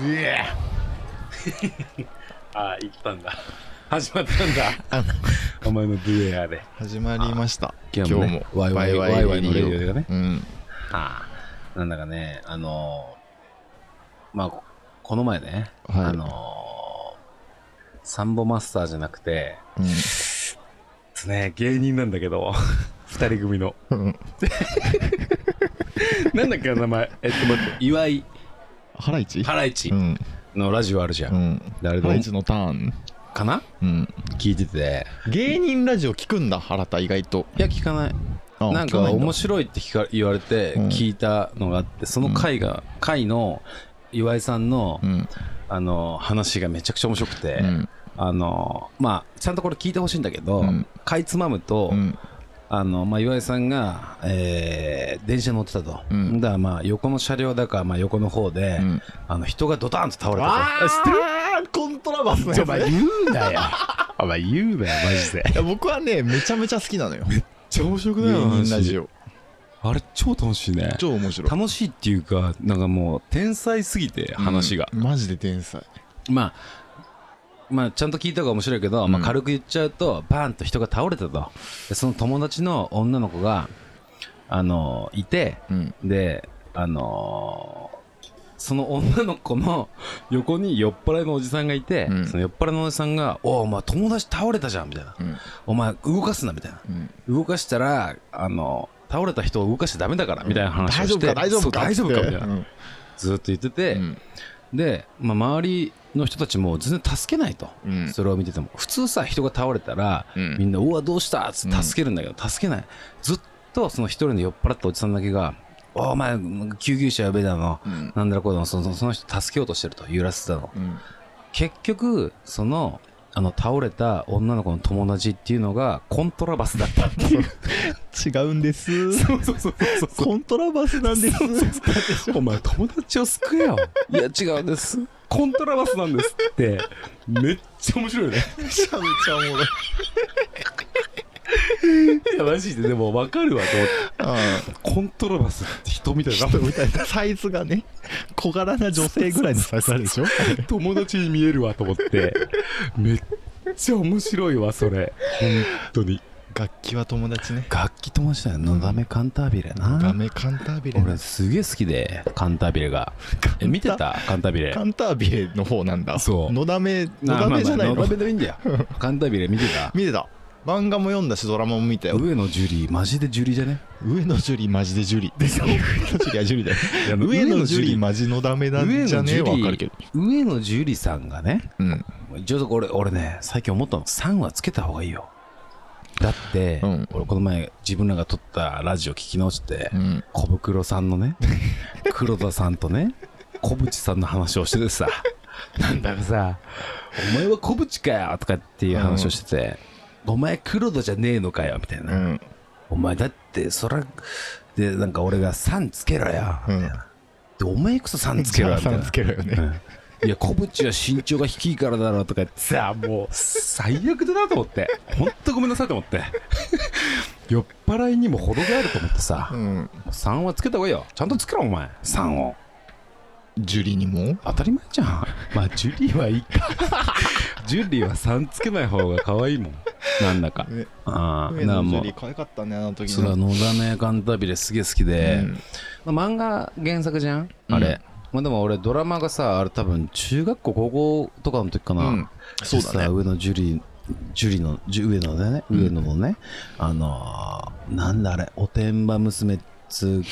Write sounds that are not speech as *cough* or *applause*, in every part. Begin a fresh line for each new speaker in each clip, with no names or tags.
ずえ
ああ、行ったんだ。始まったんだ。
あの
お前のブエアで。
始まりました
今
今
日
日
も
も,、
ねワイワイワイワイのレディオがね
うん
はあ。なんだかね、あのーまあ、ここの前ね、
はい
あのーサンボマスターじゃなくて、ですね、芸人なんだけ *laughs* ど、二人組の。
うんうん
なんだっけ、名前。 *laughs* えっと、待って、岩井、
ハライチ
ハライチ
うん
のラジオあるじゃ。
うんん
誰
ハ
だ
ライチのターン
かな
うん
聞いてて。
芸人ラジオ聞くんだ原田意外と
いや、聞かない。
あ
なん
聞
か
いんだ
面白いって聞か言われて
うん
聞いたのがあって、その回が、回の岩井さんの、
うん
あの話がめちゃくちゃ面白くて、
うん
あのまあちゃんとこれ聞いてほしいんだけど、
うん
かいつまむと、
うん
あのまあ、岩井さんが、えー電車に乗ってたと、
うん
だからまあ横の車両だからまあ横の方で、
うん
あの人がドタンと倒れたとえ知って *laughs* る
あーコントラバスの
ちょ
や
お
つ
前
ね
言うな *laughs* よお前言うなよマジでめっ
いや僕はねめちゃめちゃ好きなのよ
ちゃ面白
芸人ラジオ
あれ超楽しいね
超面白い
楽しいっていうかなんかもう天才すぎて話が
う、んマジで天才
まあまあちゃんと聞いた方が面白いけど、まあ、
うん
軽く言っちゃうとバーンと人が倒れたとでその友達の女の子があのいて
うん
であのその女の子の *laughs* 横に酔っ払いのおじさんがいて、
うん
その酔っ払いのおじさんが「おうお前友達倒れたじゃん」みたいな
うん
「お前動かすな」みたいな
うん
動かしたらあの倒れた人を動かしちゃダメだからみたいな話をし
大丈夫
て、
か大丈夫か
そう大丈夫かみたいな、
うん
ずっと言ってて、で、まあ、周りの人たちも全然助けないと、
うん
それを見てても普通さ人が倒れたら、
うん
みんな「うわどうした?」っつって助けるんだけど、助けないずっとその一人の酔っ払ったおじさんだけが「おお前救急車呼べだの、
うん
なんだろこうだのそのその人助けようとしてると揺らせたの
うん
結局そのあの倒れた女の子の友達っていうのがコントラバスだったっていう
違うんです
そうそうそうそう
コントラバスなんです
お前友達を救えよいや違うんですコントラバスなんですってめっちゃ面白いよね
めちゃめちゃおもろい
いやマジででも分かるわと思ってコントラバスって人みたいな
人みたいなサイズがね小柄な女性ぐらいのサイズあるでしょ
友達に見えるわと思ってめっちゃ面白いわそれ本当に
楽器は友達ね
楽器友達だよのだめカンタービレ
ダ
な
メカンタービレ
俺すげえ好きでカンタービレがえ見てたカンタービレ
カンタービレの方なんだ
そう
のだめの
あ
だ
まあ
めじゃない
まあ
の
のだめでもいいんだよカンタービレ見て *laughs* た
見てた漫画も読んだしドラマも見たよ
上野樹里マジで樹里じゃね
上野樹里マジで樹里上野樹里は樹里だよ
いや
上野
樹
樹
里
里マジのだめなんじゃねえわかるけど
上野樹里さんがね
うん
ちょっと俺俺ね最近思ったの3はつけた方がいいよだって、
うん
俺この前自分らが撮ったラジオ聞き直して、
うん
小袋さんの
*laughs*
ね黒田さんとね小渕さんの話をしててさなんだかさ「お前は小渕かよ」とかっていう話をしてて「お前黒田じゃねえのかよ」みたいな、
うん
お前だってそらでなんか俺が「さんつけろよ」みたいな、でお前こそ「さんつけろよ」みたい
さん
な
つけろよね
うんいや、小渕は身長が低いからだろうとか言ってさ、もう、最悪だなと思って。ほんとごめんなさいと思って。 *laughs* 酔っ払いにも程があると思ってさ、
うん
3はつけた方がいいよ。ちゃんとつけろ、お前。3を。
樹里にも
当たり前じゃん。まあ、ジュリーはいいか。 *laughs* ジュリーは3つけない方が可愛いもん。なんだか。
ね
ああ、
上
なあ
野樹
もう
里。可愛かったねあの時
それは
の
野田メカンタビレすげえ好きで、まあ漫画原作じゃんあれ、
うん
まあ、でも俺ドラマがさあれ多分中学校高校とかの時かな、
うんそうだね
さ上野樹里樹里の樹上野でね
ん
上野のね、あのー、なんだあれおてんば娘つうか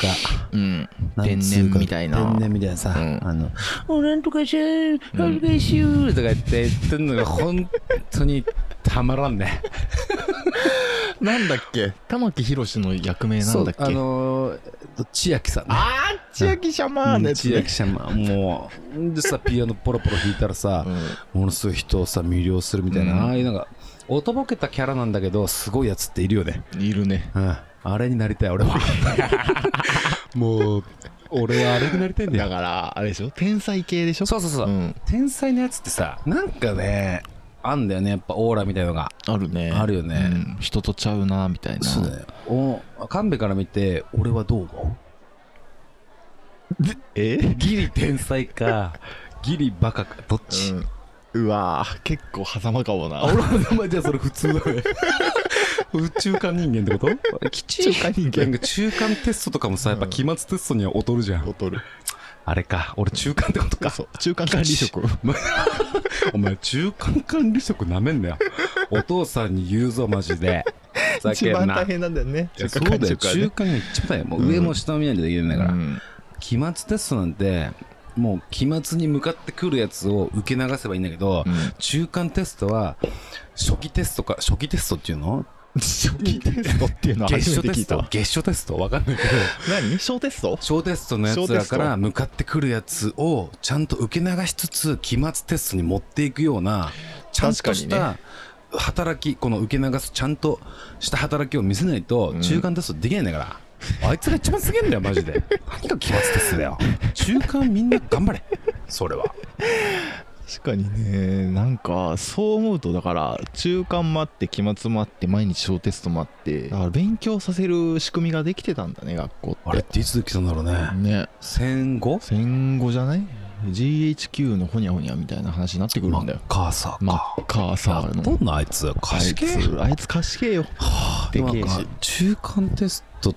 うん
なん
天
つう
然
か
みたいな
天然みたいなさ、
うん
あの「おなんとかしゃーなんとかしよう」とか言って言ってんのが本当にたまらんね
なんだっけ玉木宏の役名なんだっ
そ
け
うあのーえっと千秋さんね
あー千秋シャマーのやつ
千
ね
秋ちゃんまあもうでさピアノポロポロ弾いたらさ、ものすごい人をさ魅了するみたいな、
うん
ああいうなんかおとぼけたキャラなんだけどすごいやつっているよね、
うんいるね
うん、あれになりたい俺 *laughs* はもう俺はあれになりたいんだ
だ
よ
からあれでしょ天才系でしょ
そうそうそう、
うん
天才のやつってさなんかねあんだよねやっぱオーラみたいのが
あるね
あるよね
うん人とちゃうなみたいな
そうだよお神戸から見て俺はどう思う
え
ギリ天才かギリバカかどっち、
うん、うわー結構狭間かもな
あ俺の名前じゃあそれ普通 *laughs* だね宇宙間人間ってこと
中華人
なんか中間テストとかもさ、やっぱ期末テストには劣るじゃん。
劣る
あれか、俺中間ってことか。
そう中間管理職
*laughs* お前中間管理職なめんなよ。お父さんに言うぞ、マジで。ふざ
一
けん
番
な。
大
い
変なんだよね
やそうだよ、中
ね
間が一番だよ。もう上も下も見ないとできるんだから。
うん
期末テストなんて、もう期末に向かってくるやつを受け流せばいいんだけど、
うん
中間テストは、初期テストか、初期テストっていうの *laughs*
初期テストっていうのは
月
初
初
め
テス
て聞いた
ト *laughs*
わ
月初テストわかんないけど。
何小テスト
小テストのやつらから向かってくるやつをちゃんと受け流しつつ期末テストに持っていくようなちゃんとし
確か
た働き、この受け流すちゃんとした働きを見せないと
うん
中間テストできないんだから、あいつら一番すげえんだよマジ
*laughs*
で何が期末テストだよ中間みんな頑張れそれは
確かにねなんかそう思うとだから中間もあって期末もあって毎日小テストもあってだから勉強させる仕組みができてたんだね学校って
あれっていつできたんだろうね
ね
戦後
戦後じゃない GHQ のホニャホニャみたいな話になってくるんだよ
マッカーサー
マ
か
ッカーサ
や
ー
っ
の
とんのあいつ賢
あ
い
いつあいつ貸し
*laughs*
けよでけえ
なんか
し
中間テスト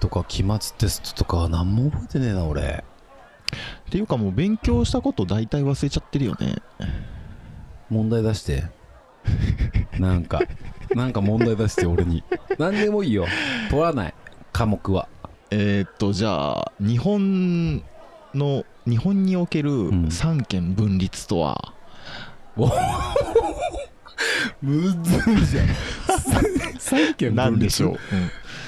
とか期末テストとか何も覚えてねえな俺
っていうかもう勉強したこと大体忘れちゃってるよね
問題出して *laughs* なんかなんか問題出して俺に何でもいいよ取らない科目は
えー、っとじゃあ日本の日本におけ
ん
る三権分立とは、
むずいじゃん債権
なんでしょ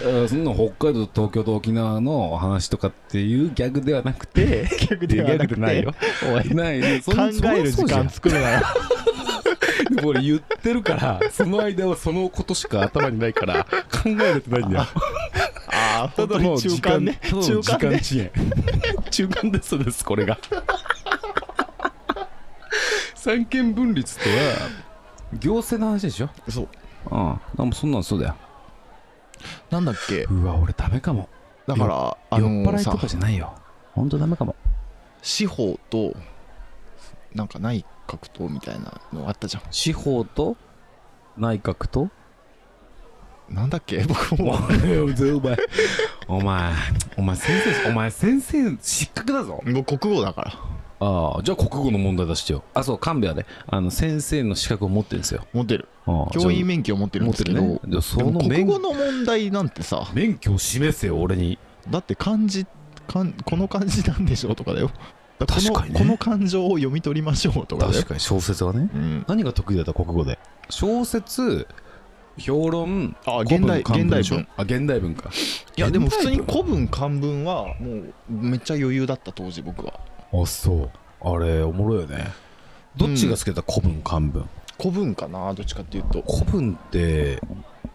う、
うそんな北海道東京と沖縄の話とかっていうギャグではなくて *laughs* ギャグ
ではなくて
ないよ *laughs*
おい
ないねそん
考える時
そりゃそうじゃん
間作る
*laughs*
なら
でも俺言ってるから、その間はそのことしか頭にないから、考えれてないんだよ。
ああ
た
本
だも
当に
う
中
時
間
間
ね
ただの
中
時
間
間
ね
遅延。 *laughs* 中間テストです、これが。三権分立とは、行政の話でしょ
そう
うん。でもそんなんそうだよ。
なんだっけ
うわ、俺ダメかも。
だからあ
酔っ
の
払い
さ
とかじゃないよ。ほんとダメかも。
司法となんか内閣とみたいなのあったじゃ
司法と内閣と
んなんだっけ *laughs* 僕
お
も
前、お前、お前、お前先生、お前先生失格だぞ。
もう国語だから
ああ、じゃあ国語の問題出してよ。あ、そう、神戸はね、あの、先生の資格を持ってるんですよ。
持ってる
ああ
教員免許を持ってるん
持っ
です
て
け
る
ど、
ね。じゃあそ
でも
の
国
免
語の問題なんてさ
免許を示せよ、俺に。
だって漢字かんこの漢字なんでしょうとかだよだ
確
こ
か
の
にね
この漢字を読み取りましょうとかだよ
かに、小説はね。
うん、
何が得意だった、国語で。小説、評論、
あ
古
現代
漢
現代
でしょ
文
あ、現代文か。
いやでも普通に
現代
古文漢文はもうめっちゃ余裕だった当時僕は
文あ、そう。あれ、おもろいよね。どっちが好きだった、古文、漢文。
古文かなどっちかっていうと
古文って、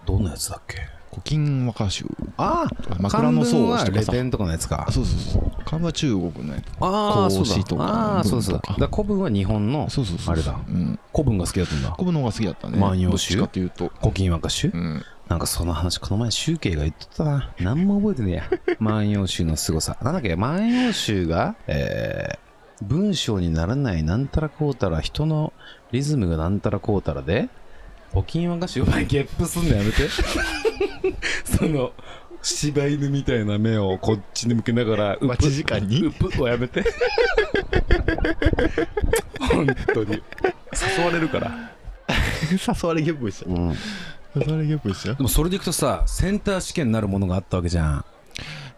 どんなやつだっけ
古今和歌集
ああ、
枕草
漢文
子
は
とか
レ
さ
ペンとかのやつか
あ。そうそうそう漢文は中国のやつ
ああ、そうだ
孔子とか
ああ、そうそう。だ
文と
か
から
古文は日本の
そうそうそう
あれだ
うん、
古文が好きだったんだ。
古文の方が好きだったね
万葉集
どっちかっていうと
古今和歌集
うん
なんかその話、この前、集慶が言っとったな。何も覚えて *laughs* ねえや。万葉集の凄さ。なんだっけ、万葉集が、えー、文章にならないなんたらこうたら、人のリズムがなんたらこうたらで、古今和歌集、お前ゲップすんのや *laughs* めて。その、柴犬みたいな目をこっちに向けながら、うっぷ
待ち時間に
うっぷをやめて。 *laughs* 本当に。誘われるから。
*laughs* 誘われゲップでした
うん。
誘われゲップでした
でもそれでいくとさセンター試験になるものがあったわけじゃん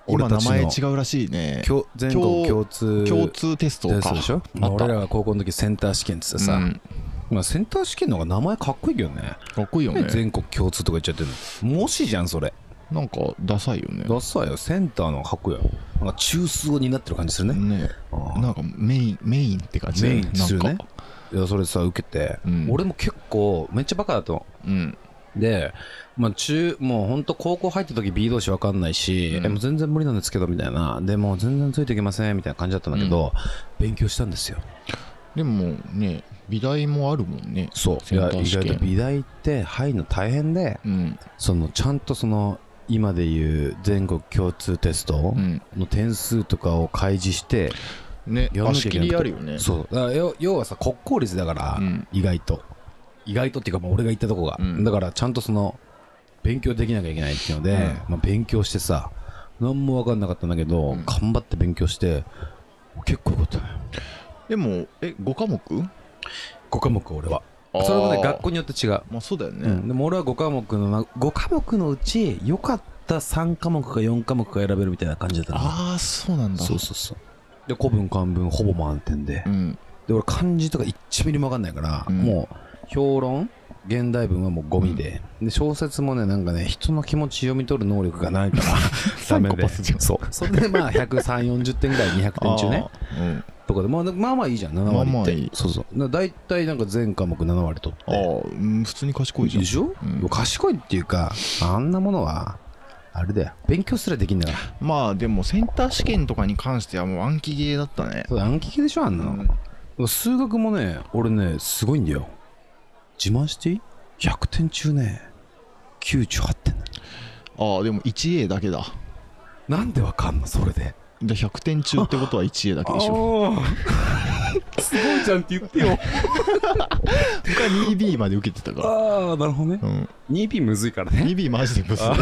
今名前
う
違うらしいね
全国共通
共通テスト
テス
か
トでしょ
あった
俺らが高校の時センター試験って言ってさ、
うん
まあセンター試験の方が名前かっこいいけどね
かっこいいよね
全国共通とか言っちゃってるのもしじゃんそれ
なんかダサいよね
ダサいよセンターの方がかっこいいよなんか中枢になってる感じするね、
ね
ああ
なんかメインメインって感じだ
メ
よ
イ
ね
ンする
な
ね
んか
いやそれさ受けて、
うん
俺も結構めっちゃバカだと思う
うん
で、まあ、中、もう本当高校入った時 B 同士わかんないし、
うん
えもう全然無理なんですけど、みたいな。で、もう全然ついていけません、みたいな感じだったんだけど、勉強したんですよ。
でもね美大もあるもんね
そう。
セ
い
ンタ
や、
ー
意
試験
外と美大って入るの大変で、
うん
その、ちゃんとその、今でいう全国共通テスト
うん
の点数とかを開示して、
ね
やんな
あ
きゃ
仕
いけ
切
ない
りあるよね
そうだから要要はさ国公立だから、
うん
意外と意外とっていうかもう俺が行ったとこが、
うん
だからちゃんとその勉強できなきゃいけないっていうので、
うん
まあ、勉強してさ何も分かんなかったんだけど、
うん
頑張って勉強して結構よかったね
でもえ5科目
5科目俺は
あー
それはね学校によって違う、
まあそうだよね、
うん、でも俺は5科目のな5科目のうち良かった3科目か4科目か選べるみたいな感じだったな
ああそうなんだ
そうそうそうで古文漢文ほぼ満点で、
うん
で俺漢字とか1ミリも分かんないから、
うん
もう評論現代文はもうゴミで,、で小説もねなんかね人の気持ち読み取る能力がないから
*laughs*
ダメ
サイコ
で
パスじゃん
そうそれでまあ130点ぐらい200点中ね
あーうん
とかでまあまあまあいいじゃん7割って、
まあまあいい
そうそうだ大体なんか全科目7割取っ
あ
て
ーうん普通に賢いじゃん
でしょ、
うん
賢いっていうかあんなものはあれだよ勉強すらできんだから
まあでもセンター試験とかに関してはもう暗記ゲーだったね
そう暗記系でしょあんなの、数学もね俺ねすごいんだよ自慢していい ?100 点中ね98点だ
ああでも 1A だけだ
なんでわかんのそれで
で100点中ってことは 1A だけでしょ
ああすごいじゃんって言ってよ
僕は 2B まで受けてたか
ああなるほどね
ら、うん、
2B むずいからね
2B マジでブス
あ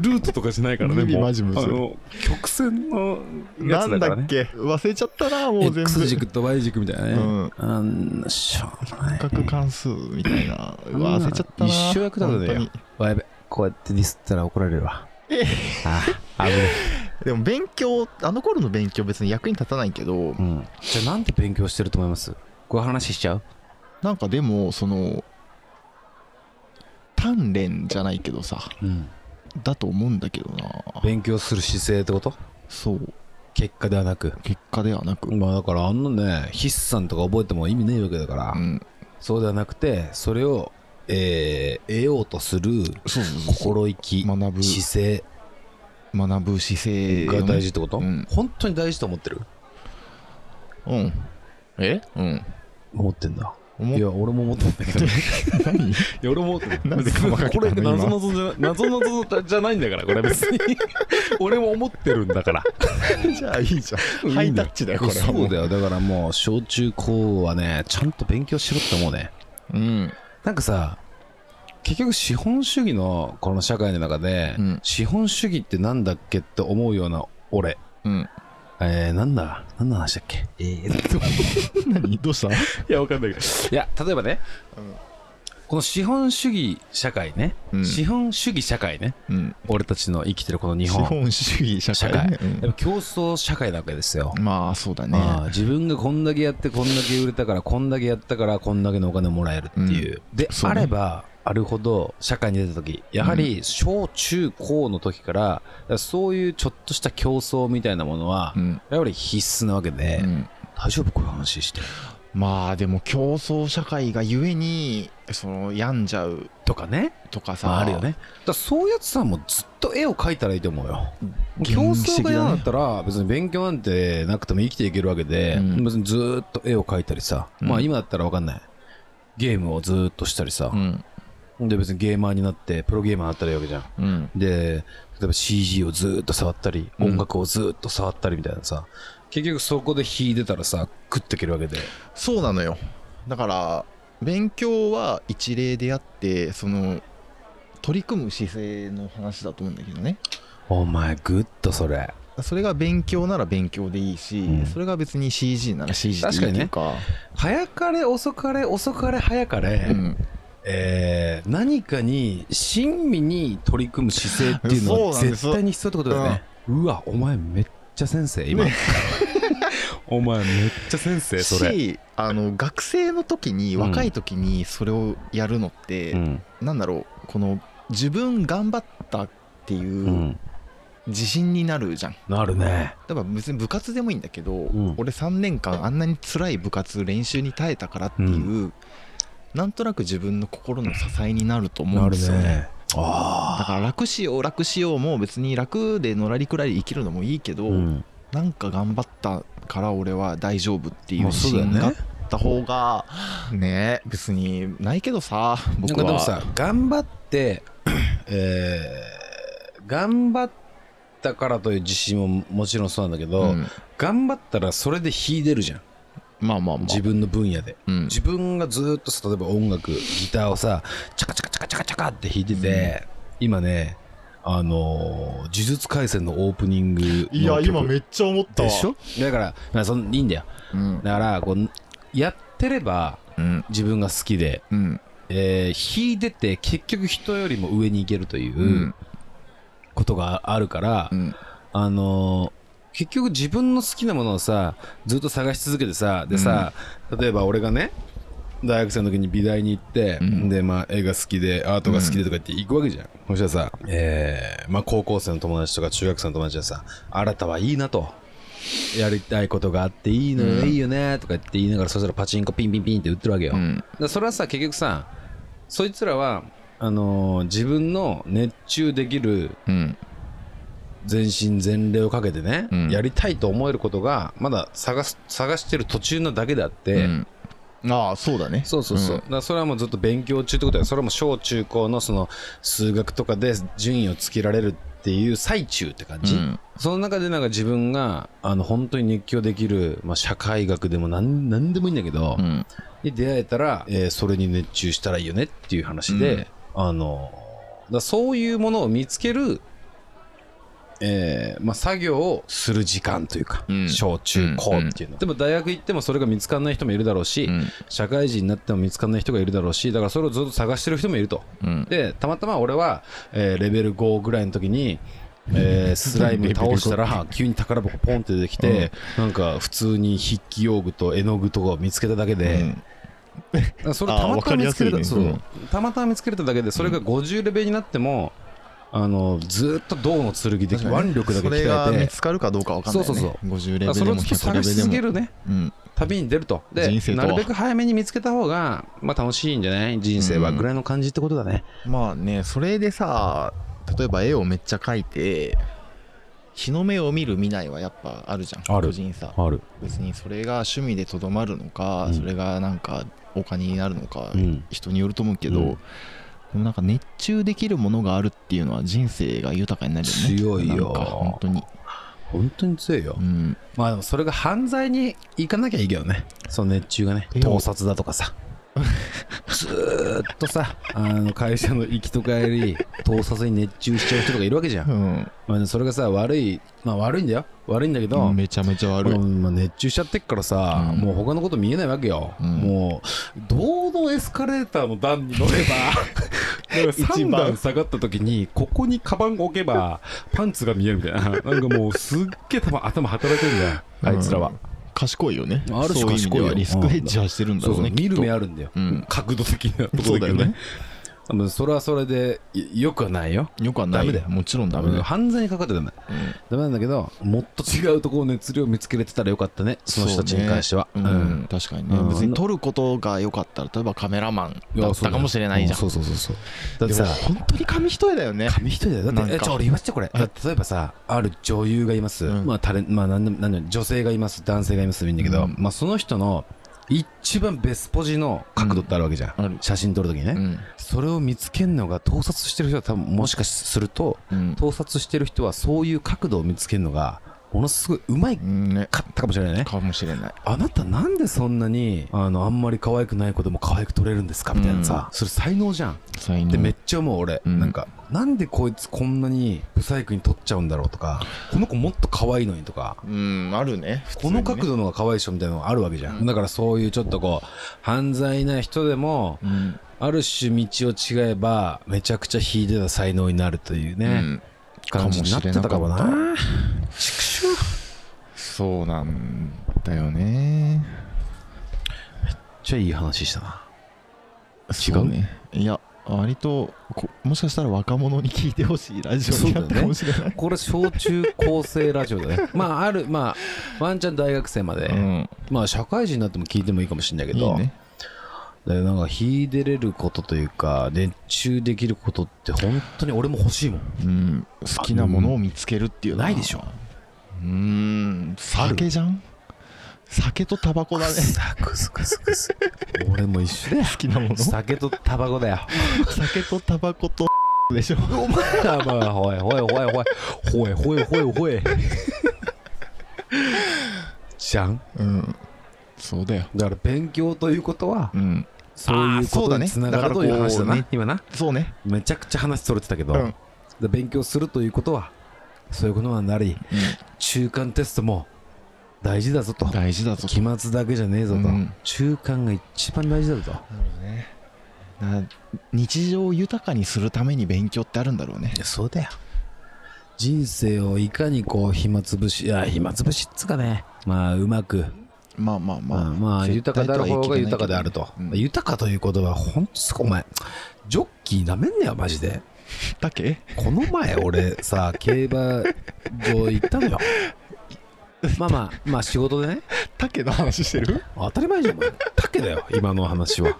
ルートとかしないからね
2B
もう
マジむずい
あの曲線のやつだ
なん
か
だ
らね
っけ忘れちゃったなもう全部
X 軸と Y 軸みたいなね
うん
あんなしょうもない
角関数みたいな
あん
う
な
わ忘れちゃったな
一生役立たねえよ
本当に
わやべこうやってディスったら怒られるわ
え
ああ危ない
でも勉強あの頃の勉強別に役に立たないけど
うん、じゃあなんで勉強してると思いますこういう話しちゃう
なんかでもその鍛錬じゃないけどさ
うん
だと思うんだけどな
勉強する姿勢ってこと
そう
結果ではなく
結果ではなく
まあだからあんなね筆算とか覚えても意味ないわけだから、
うん
そうではなくてそれを、えー得ようとする
そうそうそう
心意気
学ぶ
姿勢
学ぶ姿勢
が
よね
大事ってこと、
うん
本当に大事と思ってる
うんえうん
思ってんだ
思っ
いや俺も思ってんだけどい
何
や俺も思ってる
なんでか分かんない
これ謎謎じゃ謎謎じゃないんだからこれ別に俺も思ってるんだから
じゃあいいじゃんハイタッチだよこれは
そうだ
よ
よだからもう小中高はねちゃんと勉強しろって思うね
うん
なんかさ結局資本主義のこの社会の中で、
うん
資本主義ってなんだっけって思うような俺
うん
えー、なんだ何の話だっけえー、
*laughs* 何どうした
いやわかんないけど *laughs* いや例えばね、
うん
この資本主義社会ね、
うん
資本主義社会ね
うん
俺たちの生きてるこの日
資
本
本主義社
社
会
会、
ねうん
やっぱ競争社会なわけですよ、
まあそうだね
ああ自分がこんだけやってこんだけ売れたからこんだけやったからこんだけのお金もらえるっていう、で
そう
あ
ね
ればあるほど社会に出た時やはり小中高の時からだからそういうちょっとした競争みたいなものは
うん
やはり必須なわけで、
うん
大丈夫こういう話して
まあでも競争社会がゆえにその病んじゃう
とかね
とかさ
ああるよねだからそういうやつさもうずっと絵を描いたらいいと思うよ
現
競
実
争
的
が嫌
だ
だ
ね
ったら別に勉強なんてなくても生きていけるわけで、
うん
別にずーっと絵を描いたりさ、
うん
まあ今だったら分かんないゲームをずーっとしたりさ
う、ん
で別にゲーマーになってプロゲーマーになったらいいわけじゃん
うん
で例えば CG をずーっと触ったり
うん
音楽をずーっと触ったりみたいなさ、結局そこで引いてたらさグッとけるわけで
そうなのよだから勉強は一例であってその取り組む姿勢の話だと思うんだけどね
お前グッとそれ
それが勉強なら勉強でいいし、
うん
それが別に CG なら CG でいいっていうか
早かれ遅かれ遅かれ早かれ、
うん
えー何かに親身に取り組む姿勢っていうのは
そうなんです
絶対に必要ってことだよね、うわお前めっちゃ先生今、 *laughs* お前めっちゃ先生それ、
しあの学生の時に
うん
若い時にそれをやるのって、
ん
なんだろうこの自分頑張ったって
う、
いうん自信になるじゃん
なるね
だから別に部活でもいいんだけど、
ん
俺3年間あんなに辛い部活練習に耐えたからっていう、なんとなく自分の心の支えになると思うんですよね
ああ
だから楽しよう楽しようも別に楽でのらりくらい生きるのもいいけど、
うん
なんか頑張ったから俺は大丈夫っていう
まあ
自
そうだよ
信
ね
があった方がね別にないけどさ
なん
僕
か
は
でもさ頑張って、えー頑張っったからという自信ももちろんそうなんだけど、
うん
頑張ったらそれで秀でるじゃん
まあまあまあ
自分の分野で、
うん
自分がずーっとさ例えば音楽ギターをさチャカチャカチャカチャカチャカって弾いてて、今ねあのー呪術廻戦のオープニングの曲
いや今めっちゃ思ったわ
でしょだから、まあ、そのいいんだよ
うん
だからこうやってれば
うん
自分が好きで、
うん
えー弾いてて結局人よりも上に行けるといううんことがあるから、
うん
あのー結局自分の好きなものをさずっと探し続けてさでさ、例えば俺がね大学生の時に美大に行って、
うん
でまあ絵が好きでアートが好きでとか言って行くわけじゃん、そしたらさ、えーまあ、高校生の友達とか中学生の友達がさ「あなたはいいな」と。やりたいことがあっていいのよ、
うん
いいよねとか言って言いながらそしたらパチンコピンピンピンって打ってるわけよ、
うん
だからそれはさ結局さそいつらはあのー自分の熱中できる
うん
全身全霊をかけてね、
うん
やりたいと思えることがまだ探す探してる途中なだけであって、
うんああそうだね
そうそうそう、だからそれはもうずっと勉強中ってことだよそれはもう小中高のその数学とかで順位をつけられるっていう最中って感じ、
うん
その中でなんか自分があの本当に熱狂できる、まあ、社会学でも何何でもいいんだけど、
うん
に出会えたら、えーそれに熱中したらいいよねっていう話で、あのだからそういうものを見つける、えーまあ、作業をする時間というか、
うん
小中高っていうの、でも大学行ってもそれが見つかんない人もいるだろうし、
うん
社会人になっても見つかんない人がいるだろうしだからそれをずっと探してる人もいると
うん
でたまたま俺は、えーレベル5ぐらいの時に、えースライム倒したら急に宝箱ポンって出てきて、なんか普通に筆記用具と絵の具とかを見つけただけで、
うん
だからそれ
あー
たま
わ
た
か
ま
り
見
や
つけ
す
れ
い
た、
ね
そう
うん
たまたま見つけれただけでそれが50レベルになっても、あのずーっと銅の剣で腕力だけ
それ
鍛
が
え
見
て
つかるかどうかわかんない、ね、
そうそうそ
50レベ
だから
ル
そ
で
れ
も
をずっと探
100レベ
し
ルで
続け
も、
るね
うん、
旅に出るとで
人生と
な
は
るべく早めに見つけた方が、まあ、楽しいんじゃない人生は
うん
ぐらいの感じってことだね、
まあねそれでさ例えば絵をめっちゃ描いて日の目を見る見ないはやっぱあるじゃん
ある
個人差
ある
別にそれが趣味でとどまるのか、
うん
それがなんかお金になるのか、
うん
人によると思うけど、
うん
でもなんか熱中できるものがあるっていうのは人生が豊かになるよね
強いよ
なんか本当に
本当に強いよ、
うん
まあでもそれが犯罪に行かなきゃいいけどねその熱中がね
いや
盗撮だとか
*laughs*
さずーっとさあの会社の行きと帰り盗撮に熱中しちゃう人とかいるわけじゃん
うん
まあ、それがさ悪いまあ悪いんだよ悪いんだけど、
めちゃめちゃ悪い、
うんまあ、熱中しちゃってっからさ、
うん
もう他のこと見えないわけよ、
うん
もうどのエスカレーターの段に乗れ
*laughs*
ば
一
3
番
段下がった時にここにカバン置けばパンツが見えるみたいななんかもうすっげえ頭頭働いてるんだよあいつらは、
うん賢いよね
ある種
そういう意味で
賢い
は
よ
リスクヘッジはしてるんだ
そう
ろう
そう
ねき
見
っと
る目あるんだよ、
うん
角度的なとこ
そ
ろ
うだ
だ
よ
けどね
ね
多分それはそれでいよくはないよ
よくはない
ダメだよ
もちろんダメだよ、
犯罪にかかってたんだ
うん
ダメなんだけどもっと違うところの熱量を見つけれてたらよかったねその人たちに関しては
そうねうん、確かにね、
うん
別に撮ることが良かったら例えばカメラマン
いや
だったかもしれないじゃん
そうだようそうそうそうだって
でも
さ
本当に紙一重だよね
紙一重だよだっ
なん
て
か
えちょ俺言いましたよこれだって例えばさある女優がいます、
うん
まあタレまあなんでもなんでも女性がいます男性がいますでもいいんだけど、
うん
まあその人の一番ベスポジの角度ってあるわけじゃん、
うんある
写真撮るときにね、
うん、
それを見つけるのが盗撮してる人は多分もしかすると
うん
盗撮してる人はそういう角度を見つけるのがものすごいうまい
うんね
かったかもしれないね
かもしれない
あなたなんでそんなにあのあんまり可愛くない子でも可愛く撮れるんですかみたいなさ、それ才能じゃん
才能
でめっちゃ思う俺、
うん
なんかなんでこいつこんなに不細工に撮っちゃうんだろうとかこの子もっと可愛いのにとか
うんあるね普通
こ
にね
の角度の方が可愛いでしょみたいなのがあるわけじゃん、だからそういうちょっとこう犯罪な人でも
うん、
ある種道を違えばめちゃくちゃ秀でた才能になるというね、
うん
感じになってたかも
かもしれ
な
そうなんだよね
ちょいい話したな
違うねいや割とこもしかしたら若者に聞いてほしいラジオになったかもしれない、
これ小中高生ラジオだ
*laughs*
ねまああるまあワンチャン大学生まで、まあ社会人になっても聞いてもいいかもしれないけ
うん、い
ど
いね
だからなんか秀でれることというか熱中できることって本当に俺も欲しいもん
うん、好きなものを見つけるっていうの
な
は
いでしょ
うーん酒じゃん酒とタバコだね
さくすくすくす俺も一緒だよ
好きなもの
酒とタバコだよ *laughs*
酒とタバコとでしょ
お前らまあほいほいほいほいほえほえほえほえじゃん
うんそうだよ
だから勉強ということは
うん
そういう
そ
こ
うだ
と
ね
につながるという話だ
だからこう
な
ね
今な
そうね
めちゃくちゃ話それてたけど
う
だ
ん、う
か
ん、
ら勉強するということはそういうことになり中間テストも大事だぞと
大事だぞ
期末だけじゃねえぞと
うん
中間が一番大事だぞと
なるほどねな日常を豊かにするために勉強ってあるんだろうね
いやそうだよ人生をいかにこう暇つぶしいや暇つぶしっつうかねまあうまく
まあまあまあ、
まあまあ豊かである方が豊かであると
うん
豊かという言葉ほんとすごいお前ジョッキーなめんなよマジで
だけ
この前俺さ競馬場行った *laughs* のよまあまあまあ仕事でね
竹の話してる
当たり前じゃんお前竹だよ今の話は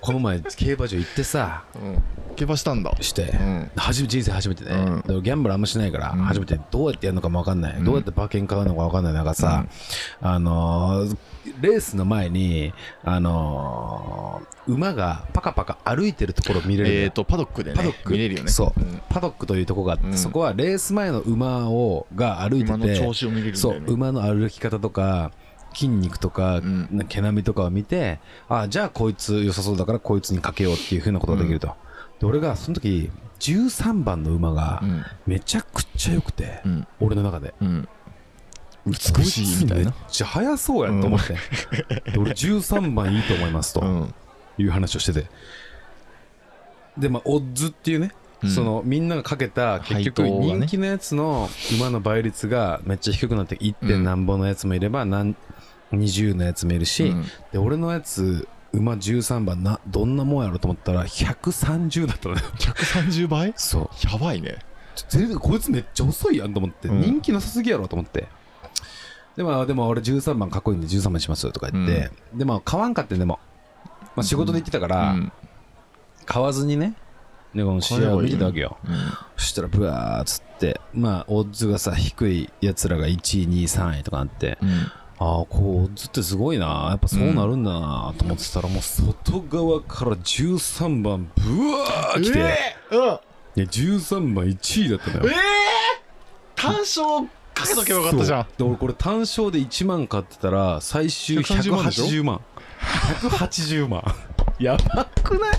この前競馬場行ってさ
うん競馬したんだ
して
うん
初め人生初めてね、
うん
だからギャンブルあんましないから、
うん
初めてどうやってやるのかも分かんない、
うん
どうやって馬券買うのか分かんない中さ、あのーレースの前に、あのー馬がパカパカ歩いてるところ見れるのよ、
えっ、ー、とパドックでね
パドック
見れるよね
そうんパドックというとこがあって、
うん
そこはレース前の馬をが歩いて
今の
て
調子を見れるんだ
そ
よ
う
ね
馬の歩き方とか筋肉とか、
ん
な毛並みとかを見てあじゃあこいつ良さそうだからこいつにかけようっていうふうなことができると、で俺がその時13番の馬が
うん
めちゃくちゃ良くて、
うん
俺の中で
うん美しいみたいな
こつめっちゃ速そうやんと思って、で俺13番いいと思いますと
うん
いう話をしててでまあオッズっていうね、
うん
そのみんながかけた結局
配当がね
人気のやつの馬の倍率がめっちゃ低くなって1
うん
点何本のやつもいれば何20のやつもいるし、
うん
で俺のやつ馬13番などんなもんやろと思ったら130だったのよ
130倍
そう
やばいね
ちょ全然こいつめっちゃ遅いやんと思って、
うん
人気なさすぎやろと思ってでもでも俺13番かっこいいんで13番にしますとか言って、でも買わんかってんでも、まあ、仕事で行ってたから、
うん
買わずにねでこの試合を見てたわけよそしたらブワーっつってまあオッズがさ低いやつらが1位2位3位とかあって
うん
ああこうオッズってすごいなやっぱそうなるんだなと思ってたら、もう外側から13番ブワー来て、
うんうん
いや13番1位だったのよ
ええ単勝かけとけばよかったじゃん
そうで俺これ単勝で1万買ってたら最終
130万でしょ
180万180万 *laughs* やばくない *laughs*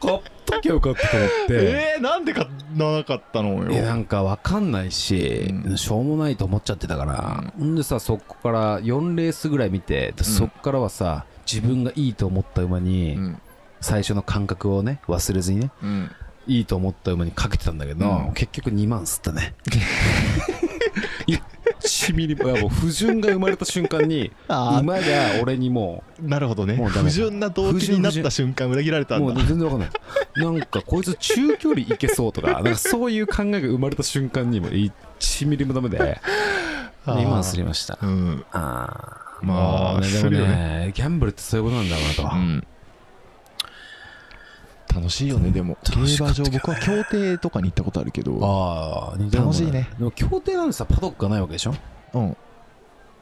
買っときゃよかったと思って、
えー、なんで買わなかったのよ
いやなんかわかんないし、
うん
しょうもないと思っちゃってたから、ん、でさそこから4レースぐらい見てでそこからはさ自分がいいと思った馬に、
うん
最初の感覚をね忘れずにね
うん
いいと思った馬にかけてたんだけど、
うん
結局2万吸った
*laughs*
ね1ミリもいやもう不純が生まれた瞬間に
*laughs* あー
馬が俺にも
なるほどね
もうダメ
不純な動機になった瞬間裏切られた
うんもう
だ
全然わかんないなんかこいつ中距離いけそうとかなんかそういう考えが生まれた瞬間にも1ミリもダメで
*laughs* あー
2万すりました
うん
ああ
まあ
もうねですも
るよ
ねギャンブルってそういうことなんだろうなと、
うん楽しいよねでも競
楽しか
馬
ったけ
場
どね
僕は競艇とかに行ったことあるけど
ああ
楽しいね
でも競艇なんてさパドックがないわけでしょ
うん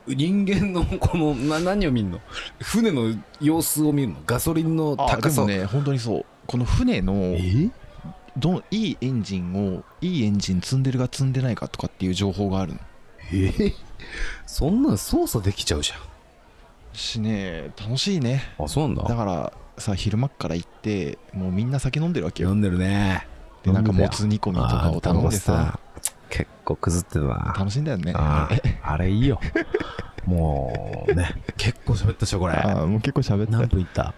人間のこのな何を見るの船の様子を見るのガソリンの
あで
高さ
もね本当にそうこの船の
え
どのいいエンジンをいいエンジン積んでるか積んでないかとかっていう情報があるの
えそんなん操作できちゃうじゃ
しね楽しいね
んあそうなん
だからさ昼間っから行ってもうみんな酒飲んでるわけよ
飲んでるね
でなんか
飲んで
も
た
つ煮込みとかを頼んでさ
結構くずってたな
楽しいんだよね
あーあれいいよもうね結構喋ったでしょこれ
あーもう結構喋った
何分いった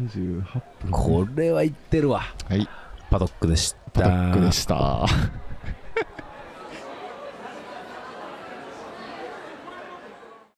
28分
これはいってるわ
はい
パドックでした
パドックでした